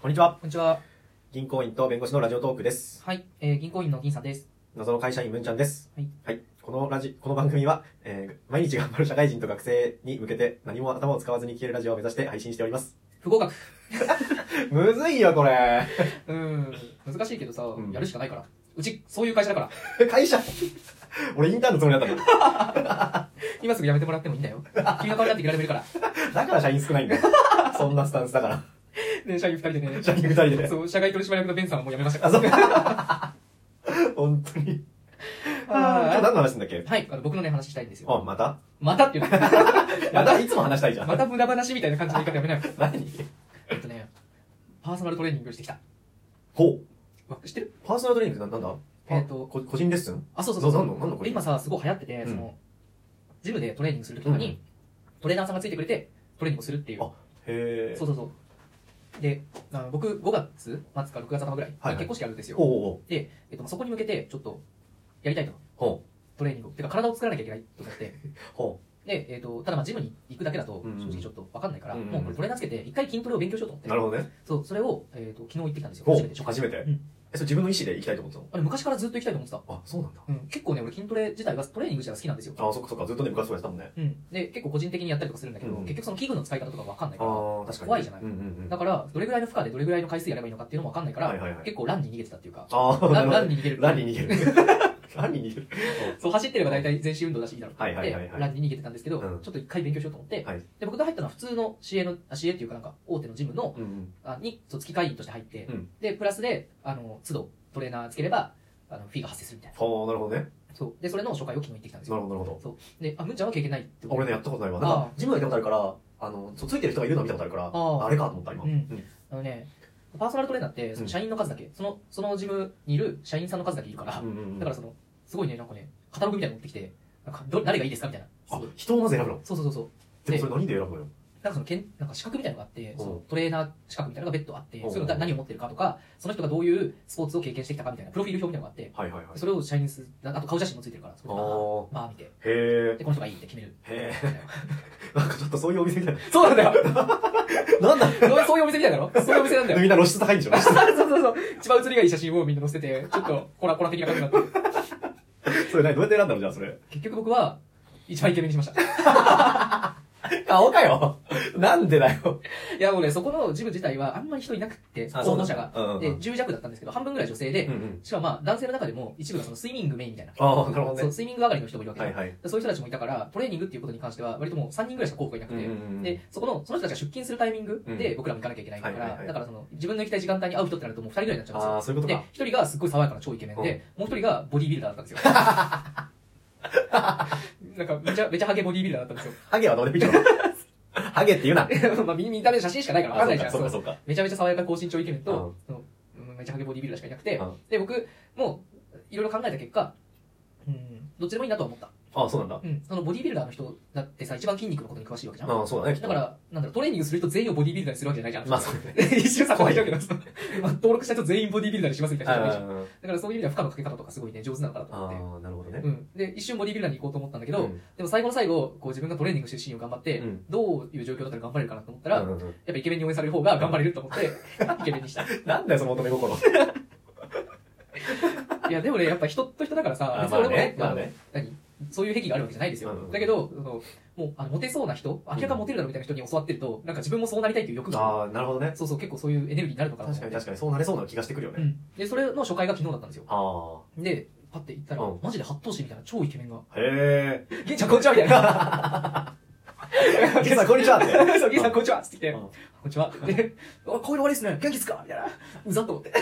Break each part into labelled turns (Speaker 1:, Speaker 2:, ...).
Speaker 1: こんにちは。
Speaker 2: こんにちは。
Speaker 1: 銀行員と弁護士のラジオトークです。
Speaker 2: はい、えー、銀行員の銀さんです。
Speaker 1: 謎の会社員、文ちゃんです。
Speaker 2: はい。
Speaker 1: このラジ、この番組は、えー毎日頑張る社会人と学生に向けて何も頭を使わずに聞けるラジオを目指して配信しております。
Speaker 2: 不合格。
Speaker 1: むずいよ、これ。
Speaker 2: うーん。難しいけどさ、
Speaker 1: ん
Speaker 2: やるしかないから。うち、そういう会社 だから。
Speaker 1: 会社。俺インターンのつもりだったんだ
Speaker 2: 今すぐ辞めてもらってもいいんだよ。君の代わりだっていられ るから。
Speaker 1: だから社員少ないんだよ。 そんなスタンスだから。
Speaker 2: で、社員二人でね。
Speaker 1: 社員二人でね
Speaker 2: そう、社外取締役のベンさんはもう辞めました
Speaker 1: あ、
Speaker 2: か
Speaker 1: そう。 本当に。あー今日何
Speaker 2: ら。
Speaker 1: の話すんだっけ
Speaker 2: はい、あの僕のね、話したいんですよ。
Speaker 1: あ、また
Speaker 2: またっていうの
Speaker 1: またいつも話したいじゃん。
Speaker 2: また無駄話みたいな感じの言い方やめないよ。
Speaker 1: 何
Speaker 2: えっとね、パーソナルトレーニングしてきた。
Speaker 1: ほう。
Speaker 2: うわ、知ってる
Speaker 1: パーソナルトレーニングってななんだ
Speaker 2: えーと
Speaker 1: こ個人レッスン
Speaker 2: あ、そうそうそう。
Speaker 1: ななんのなんのこれ
Speaker 2: で今さ、すごい流行ってて、その、ジムでトレーニングするときとか
Speaker 1: う
Speaker 2: に、トレーナーさんがついてくれて、トレーニングをするっていう
Speaker 1: あ。へえ。
Speaker 2: そうそうそう。で、あの僕、5月末か6月頭ぐらい、
Speaker 1: はいはい
Speaker 2: 結婚式あるんですよ。
Speaker 1: ほうほう
Speaker 2: で、えっと、そこに向けて、ちょっと、やりたいと、
Speaker 1: ほう。ほ
Speaker 2: トレーニングを。てか、体を作らなきゃいけないと 思って。
Speaker 1: う。ほ
Speaker 2: で、えっと、ただ、まあ、ジムに行くだけだと、
Speaker 1: うんうん
Speaker 2: 正直ちょっとわかんないから、
Speaker 1: うんうん
Speaker 2: もうこれトレーナーつけて、一回筋トレを勉強しようと思っ
Speaker 1: う。
Speaker 2: て。
Speaker 1: なるほどね。
Speaker 2: そう、それを、えっと、昨日行ってきたんですよ。
Speaker 1: ほう
Speaker 2: 初めて。
Speaker 1: 初めて
Speaker 2: うん
Speaker 1: え、それ自分の意思で行きたいと思って
Speaker 2: あれ、昔からずっと行きたいと思ってた。
Speaker 1: たのあ、そうなんだ。
Speaker 2: うん、結構ね、俺筋トレ自体は、トレーニング自体は好きなんですよ。
Speaker 1: あそっかそっか。ずっとね、部活動やってたもんね。
Speaker 2: うん。で、結構個人的にやったりとかするんだけど、
Speaker 1: うん
Speaker 2: 結局その器具の使い方とかわかんないから、
Speaker 1: ああ、確かに。
Speaker 2: 怖いじゃない
Speaker 1: うんうんうん。
Speaker 2: だから、どれぐらいの負荷でどれぐらいの回数やればいいのかっていうのもわかんないから、
Speaker 1: はいはいはい
Speaker 2: 結構ランに逃げてたっていうか、
Speaker 1: ああ、
Speaker 2: ラン
Speaker 1: な
Speaker 2: ラ
Speaker 1: る
Speaker 2: ンに逃げる
Speaker 1: ほど。ランに逃げる。 ランに逃げる。
Speaker 2: そう走ってれば大体全身運動だしいいだろうと思って、
Speaker 1: はいはいはいはい
Speaker 2: ランに逃げてたんですけど、
Speaker 1: うん
Speaker 2: ちょっと一回勉強しようと思って、
Speaker 1: はい
Speaker 2: で僕が入ったのは普通の CA のあ CA っていうかなんか大手のジムの
Speaker 1: うんうん。
Speaker 2: あにそう月会員として入って、
Speaker 1: うん
Speaker 2: でプラスであの都度トレーナーつければあのフィーが発生するみたいな
Speaker 1: ほう、なるほどね。
Speaker 2: そうでそれの紹介を昨日行ってきたんです
Speaker 1: な
Speaker 2: よ
Speaker 1: るほど、なるほど。
Speaker 2: であむんちゃんは経験ないってこと
Speaker 1: 俺ね、やったことないわ。なんか
Speaker 2: あ、
Speaker 1: ジムは行ったことあるから、あの、そうついてる人がいるのは見たことあるから、
Speaker 2: あ
Speaker 1: あれかと思った、今。
Speaker 2: うんあのねパーソナルトレーナーってその社員の数だけ、そのそのジムにいる社員さんの数だけいるから、
Speaker 1: うんうんうん
Speaker 2: だからそのすごいねなんかねカタログみたいなの持ってきてなんかど誰がいいですかみたいなす
Speaker 1: あ
Speaker 2: ごい、
Speaker 1: 人をまず選ぶの
Speaker 2: そうそうそうそう
Speaker 1: でもそれ何で選ぶのよ
Speaker 2: なんかそのけんなんか資格みたいなのがあって、そ
Speaker 1: お
Speaker 2: の
Speaker 1: う
Speaker 2: トレーナー資格みたいなのが別途あって、
Speaker 1: おう
Speaker 2: それが何を持ってるかとか、その人がどういうスポーツを経験してきたかみたいな、プロフィール表みたいなのがあって、
Speaker 1: はいはいはい。
Speaker 2: それを社員にする、ああと顔写真もついてるから、それ
Speaker 1: あ
Speaker 2: と
Speaker 1: ー
Speaker 2: か、まあ見て、
Speaker 1: へ
Speaker 2: で、この人がいいって決める。
Speaker 1: え、へえ。 なんかちょっとそういうお店みたい
Speaker 2: そうなんだよ
Speaker 1: な。なんだ
Speaker 2: そうそういうお店みたいだろそういうお店なんだよ。
Speaker 1: みんな露出高いんでしょ露 出
Speaker 2: そうそうそう。一番写りがいい写真をみんな載せてて、ちょっとコラコラ的な感じになってる。
Speaker 1: それ何どうやって選んだのじゃあそれ。
Speaker 2: 結局僕は、一番イケメンにしました。い
Speaker 1: 顔かよなんでだよ
Speaker 2: や、もうね、そこのジム自体はあんまり人いなくて、
Speaker 1: あ
Speaker 2: 応募者が
Speaker 1: そうなんだうんうんう。
Speaker 2: で、
Speaker 1: ん
Speaker 2: 10弱だったんですけど、半分ぐらい女性で、
Speaker 1: うんうん
Speaker 2: しかもまあ、男性の中でも一部がそのスイミングメインみたいな。
Speaker 1: ああ、なるほど
Speaker 2: そう、
Speaker 1: ね。
Speaker 2: スイミング上がりの人もいるわけで、
Speaker 1: はいはい。
Speaker 2: でそういう人たちもいたから、トレーニングっていうことに関しては、割ともう3人ぐらいしか候補がいなくて、
Speaker 1: うんうんうん
Speaker 2: で、そこの、その人たちが出勤するタイミング
Speaker 1: う
Speaker 2: で
Speaker 1: ん
Speaker 2: 僕らも行かなきゃいけないから、
Speaker 1: はいはいはい
Speaker 2: だからその、自分の行きたい時間帯に会う人ってなるともう2人ぐらいになっちゃうん
Speaker 1: ああ、そういうこと
Speaker 2: ですよ。
Speaker 1: か。
Speaker 2: で、1人がすっごい爽やかな超イケメンで、もう1人がボディービルダーだったんですよ。 なんか、めちゃ、めちゃハゲボディービルダーだったんで
Speaker 1: ハゲはどうで見て るのハゲって言うな。
Speaker 2: すよ。 まあ、見見た目の写真しかないから分かんないじゃん。
Speaker 1: そうか、
Speaker 2: そ
Speaker 1: そ
Speaker 2: う
Speaker 1: うか。
Speaker 2: めちゃめちゃ爽やか高身長イケメンと、そのうんめちゃハゲボディービルダーしかいなくて、
Speaker 1: うん
Speaker 2: で、僕、もう、いろいろ考えた結果、うん、どっちでもいいなとは思った。
Speaker 1: ああ、そうなんだ。
Speaker 2: うん、そのボディービルダーの人だってさ、一番筋肉のことに詳しいわけじゃん。
Speaker 1: ああ、そうだね。きっと
Speaker 2: だか、ら、なんだろう、トレーニングする人全員をボディービルダーにするわけじゃないじゃん。
Speaker 1: まあそうね。
Speaker 2: 一瞬さ、怖いんだけど、その まあ登録した人全員ボディービルダーにしますみたいな人もいるじゃん
Speaker 1: あ
Speaker 2: だからそういう意味では負荷のかけ方とかすごいね、上手なのかなと思って。
Speaker 1: あ、なるほどね
Speaker 2: う。ん、で一瞬ボディービルダーに行こうと思ったんだけど、
Speaker 1: うん
Speaker 2: でも最後の最後こう自分がトレーニングしてるシーンを頑張って、
Speaker 1: うん
Speaker 2: どういう状況だったら頑張れるかなと思ったら、
Speaker 1: うん
Speaker 2: や
Speaker 1: う
Speaker 2: っ
Speaker 1: んうん
Speaker 2: ぱイケメンに応援される方が頑張れると思 って、イケメンにした
Speaker 1: なんだよ、その乙女心。
Speaker 2: いやでもねやっぱ人と人だからさ
Speaker 1: あ
Speaker 2: 別に俺もね,、
Speaker 1: まあね
Speaker 2: 何そういう癖があるわけじゃないですよ、
Speaker 1: うんうん
Speaker 2: だけどそのもうあのモテそうな人明らかにモテるだろうみたいな人に教わってると、なんか自分もそうなりたいという欲が
Speaker 1: ああ、なるほどね。
Speaker 2: そうそう結構そういうエネルギーになるのかなと
Speaker 1: 確
Speaker 2: 思
Speaker 1: か
Speaker 2: っ
Speaker 1: に確か
Speaker 2: て
Speaker 1: に、そうなれそうな気がしてくるよ
Speaker 2: う
Speaker 1: ね。
Speaker 2: ん、でそれの初回が昨日だったんですよ
Speaker 1: あ
Speaker 2: でパッて行ったら、
Speaker 1: うん
Speaker 2: マジで八頭身みたいな超イケメンが
Speaker 1: あ。へえ。
Speaker 2: 「銀ちゃんこんにちは」みたいな 「
Speaker 1: 実はこんにちは って。
Speaker 2: そう銀さんこんにちは」っつってきて「
Speaker 1: うん
Speaker 2: こんにちは」で「あ声悪いですね元気っすか?」みたいなうざっと思って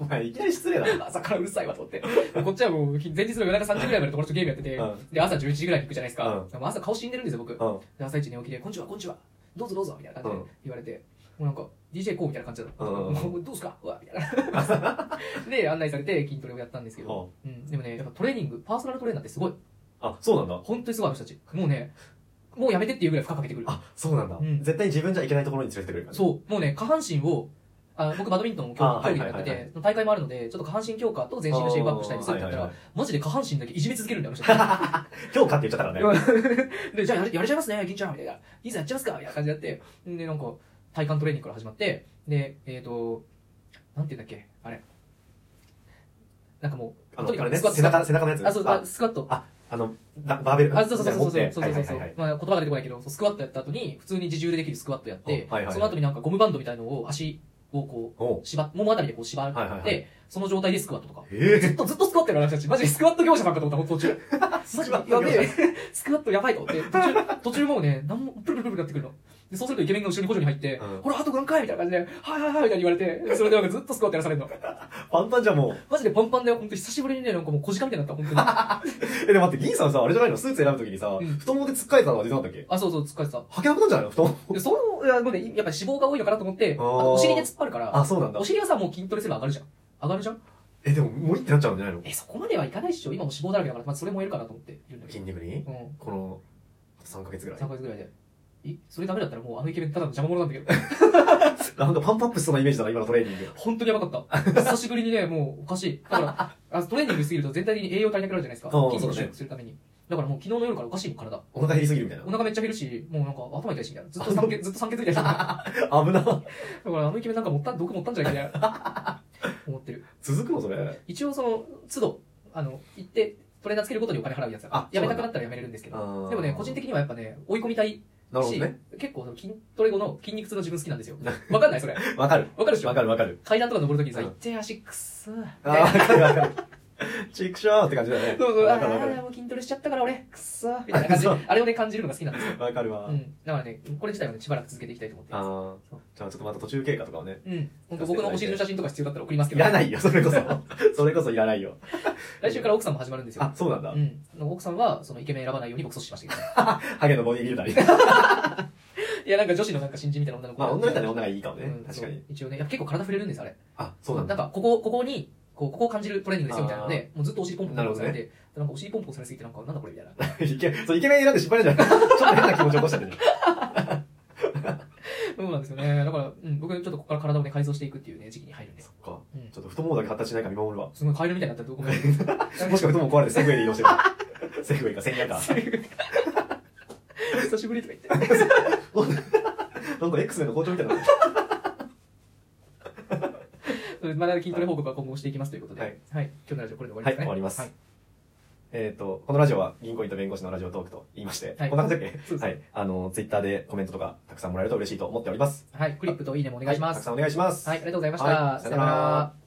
Speaker 1: お前、いきなり失礼だな。
Speaker 2: 朝からうるさいわと思って。こっちはもう、前日の夜中3時ぐらいまで友達とゲームやってて、
Speaker 1: うん
Speaker 2: で、朝11時ぐらいに行くじゃないですか
Speaker 1: うん。
Speaker 2: でも朝顔死んでるんですよ、僕。
Speaker 1: うん。
Speaker 2: で朝一寝起きで、こんにちは、こんにちは。どうぞどうぞ、みたいな感じで
Speaker 1: うん
Speaker 2: 言われて、もうなんか、DJ こうみたいな感じだった。
Speaker 1: うんうんうん
Speaker 2: もうどうすかうわ、みたいな。 で、案内されて筋トレをやったんですけど、うん、でもね、やっぱトレーニング、パーソナルトレーナーってすごい。
Speaker 1: あ、そうなんだ。
Speaker 2: 本当にすごい、あの人たち。もうね、もうやめてっていうぐらい負荷かけてくる。
Speaker 1: あ、そうなんだ
Speaker 2: う。ん
Speaker 1: 絶対自分じゃいけないところに連れてってくれるからね。
Speaker 2: そう、もうね、下半身を、あ僕バドミントンも競
Speaker 1: あ
Speaker 2: 技競技やって
Speaker 1: はいはいはい
Speaker 2: て、大会もあるので、ちょっと下半身強化と全身のシェイプアップしたりするってやった
Speaker 1: あー
Speaker 2: ら
Speaker 1: はい、
Speaker 2: マジで下半身だけいじめ続けるんだよ、あの
Speaker 1: 今日かって言っちゃったからね。
Speaker 2: 人で、じゃあやれやれちゃいますね、銀ちゃんみたいな。いざやっちゃいますかみたいな感じでやって、んで、なんか、体幹トレーニングから始まって、で、えっ、と、なんて言うんだっけ、あれ。なんかもう、
Speaker 1: あ
Speaker 2: と
Speaker 1: の、
Speaker 2: に
Speaker 1: あ
Speaker 2: か
Speaker 1: れ
Speaker 2: く
Speaker 1: ね、
Speaker 2: スクワット
Speaker 1: 背中、背中のやつ。
Speaker 2: あ、そう、あスクワット。
Speaker 1: あ、あの、だバーベル。
Speaker 2: あ、そうそうそうそうそう。
Speaker 1: み
Speaker 2: そ
Speaker 1: た
Speaker 2: う
Speaker 1: いな
Speaker 2: そ
Speaker 1: の持って
Speaker 2: うそう
Speaker 1: はいはいはい。
Speaker 2: まあ言葉が出てこないけど、そうスクワットやった後に、普通に自重でできるスクワットやって、
Speaker 1: はいはいはい
Speaker 2: その後になんかゴムバンドみたいのを足をこ
Speaker 1: おう
Speaker 2: う、縛っ、ももあたりでこう縛って、
Speaker 1: はいはいはい
Speaker 2: その状態でスクワットとか。ず
Speaker 1: え
Speaker 2: っとずっとスクワットやる私たち。マジでスクワット業者なんかと思った、ほんと途中。
Speaker 1: ぇ
Speaker 2: マ
Speaker 1: スク
Speaker 2: ジで
Speaker 1: ワット
Speaker 2: や
Speaker 1: 業
Speaker 2: べ
Speaker 1: 者
Speaker 2: え。スクワットやばいと思って、途中、途中もうね、なんも、プルプルプルプルなってくるの。で、そうするとイケメンが後ろに補助に入って、
Speaker 1: うん
Speaker 2: ほら、あと何回みたいな感じで、はいはいはいみたいに言われて、それでなんかずっとスクワットやらされるの。
Speaker 1: パンパンじゃんもう。
Speaker 2: マジでパンパンだよ、ほんと久しぶりにね、なんかもう小鹿みたいになった、ほ んとに。
Speaker 1: え、でも待って、銀さんさ、あれじゃないのスーツ選ぶときにさ
Speaker 2: うん、
Speaker 1: 太ももで突っかえたのは出てなかったっけ
Speaker 2: あ、そうそう、疲れてた。
Speaker 1: 履けなくなるんじゃないの太もも。
Speaker 2: でその、いや、ごめんねやっぱり脂肪が多いのかなと思って、あ
Speaker 1: あー
Speaker 2: とお尻で突っ張るから、
Speaker 1: あ、そうなんだ
Speaker 2: お。尻はさ、もう筋トレすれば上がるじゃん。上がるじゃん
Speaker 1: え、でも、もりってなっちゃうんじゃないの
Speaker 2: え、そこまではいかないっしょ。今も脂肪だらけだから、まあ、それもやるかなと思っているんだけ
Speaker 1: 筋肉に
Speaker 2: ど。うん。
Speaker 1: この、あと3ヶ月ぐらい
Speaker 2: 3。ヶ月ぐらいで。え、それダメだったらもうあのイケメンただの邪魔者なんだけど。
Speaker 1: なんかパンプアップしそうなイメージだな、今のトレーニング。
Speaker 2: 本当にやばかった。 久しぶりにね、もうおかしい。だから、あトレーニングしすぎると全体的に栄養足りなくなるじゃないですか。
Speaker 1: ああ
Speaker 2: 筋肉
Speaker 1: そうだね
Speaker 2: 修復するために。だからもう昨日の夜からおかしいもん、体。
Speaker 1: お腹減りすぎるみたい
Speaker 2: お腹めっちゃ減るし、もうなんか頭痛いし、みたいな。ずっと酸欠、 ずっと酸欠みたいな。
Speaker 1: な。危な。
Speaker 2: だからあのイケメンなんか持った、毒持ったんじゃないかみたいな。 思ってる。
Speaker 1: 続くのそれ。
Speaker 2: 一応その都度あの行ってトレーナーつけることにお金払うやつだから
Speaker 1: あ
Speaker 2: やめ
Speaker 1: そ
Speaker 2: た
Speaker 1: う
Speaker 2: く
Speaker 1: な
Speaker 2: なったらやめれるんですけ
Speaker 1: あ
Speaker 2: ど
Speaker 1: ー
Speaker 2: でもね個人的にはやっぱね追い込みたいし、
Speaker 1: なるほどね。
Speaker 2: 結構その筋トレ後の筋肉痛の自分好きなんですよわかんないそれ
Speaker 1: わかる。
Speaker 2: わかるでし
Speaker 1: わ
Speaker 2: ょ
Speaker 1: かるわかる。
Speaker 2: 階段とか登るときにさ
Speaker 1: うん
Speaker 2: 行って足くっすーみ
Speaker 1: あ
Speaker 2: た
Speaker 1: ー、
Speaker 2: い
Speaker 1: わ
Speaker 2: な
Speaker 1: かるわかる。チクショーって感じだね。
Speaker 2: そうそうあ
Speaker 1: わかるわかる
Speaker 2: ー。もう筋トレしちゃったから俺くっそーみたいな感じ
Speaker 1: そう
Speaker 2: あれをね感じるのが好きなんですよ
Speaker 1: わかる
Speaker 2: う
Speaker 1: わ。
Speaker 2: んだからねこれ自体はねしばらく続けていきたいと思ってい
Speaker 1: あ
Speaker 2: ます
Speaker 1: ー
Speaker 2: そう
Speaker 1: じゃあちょっとまた途中経過とかをね。
Speaker 2: うん本当僕のお尻の写真とか必要だったら送りますけ
Speaker 1: い
Speaker 2: ど
Speaker 1: らないよ、それこそ。 それこそいらないよ。
Speaker 2: 来週から奥さんも始まるんですよ
Speaker 1: あ、そうなんだ
Speaker 2: う。ん奥さんはそのイケメン選ばないように僕阻止しましたけど
Speaker 1: ハゲのボディビルダーに。
Speaker 2: いや、なんか女子のなんか新人みたいな女の子
Speaker 1: まあ、女みたいな
Speaker 2: 子
Speaker 1: 女がいいかもね。確か。
Speaker 2: そ
Speaker 1: に
Speaker 2: う。一応ね、やっぱ結構体触れるんです、あれ。
Speaker 1: あ、そうなんだ。
Speaker 2: か、ここ、ここに、こう、ここを感じるトレーニングですよ、みたいなので、もうずっとお尻ポンポン
Speaker 1: なるほ
Speaker 2: さ
Speaker 1: ど
Speaker 2: れ
Speaker 1: ね
Speaker 2: て、なんかお尻ポンポンされすぎて、なんか、なんだこれみたいな。
Speaker 1: イケそうイケメン選んで失敗なん じゃないちょっと変な気持ち起こしちゃってね。
Speaker 2: そうなんですよね。だから、うん、僕ちょっとここから体をね、改造していくっていうね、時期に入るんです
Speaker 1: そ。っか。
Speaker 2: うん
Speaker 1: ちょっと太ももだけ発達しないか見守るわ。
Speaker 2: すごいカエルみたいになったらどこか
Speaker 1: もしくは太もも壊れてセグウェイで移動してる。 セグウェイか、千夜か。
Speaker 2: 久しぶりとか言って。
Speaker 1: なんか X メンの校長みたいな。
Speaker 2: うんまだ筋トレ報告は今後していきますということで。
Speaker 1: はい。
Speaker 2: 今日のラジオこれで終わりですね。
Speaker 1: はい終わります
Speaker 2: はい
Speaker 1: えっと、このラジオは銀行員と弁護士のラジオトークと言いまして、
Speaker 2: はい
Speaker 1: こんな感じだっ
Speaker 2: そう
Speaker 1: け
Speaker 2: です
Speaker 1: はい。あの、ツイッターでコメントとかたくさんもらえると嬉しいと思っております。
Speaker 2: はい。クリップといいねもお願いしま
Speaker 1: はたく
Speaker 2: す。
Speaker 1: さんお願いします。
Speaker 2: はい、ありがとうございまし
Speaker 1: は
Speaker 2: た。
Speaker 1: いさよなら。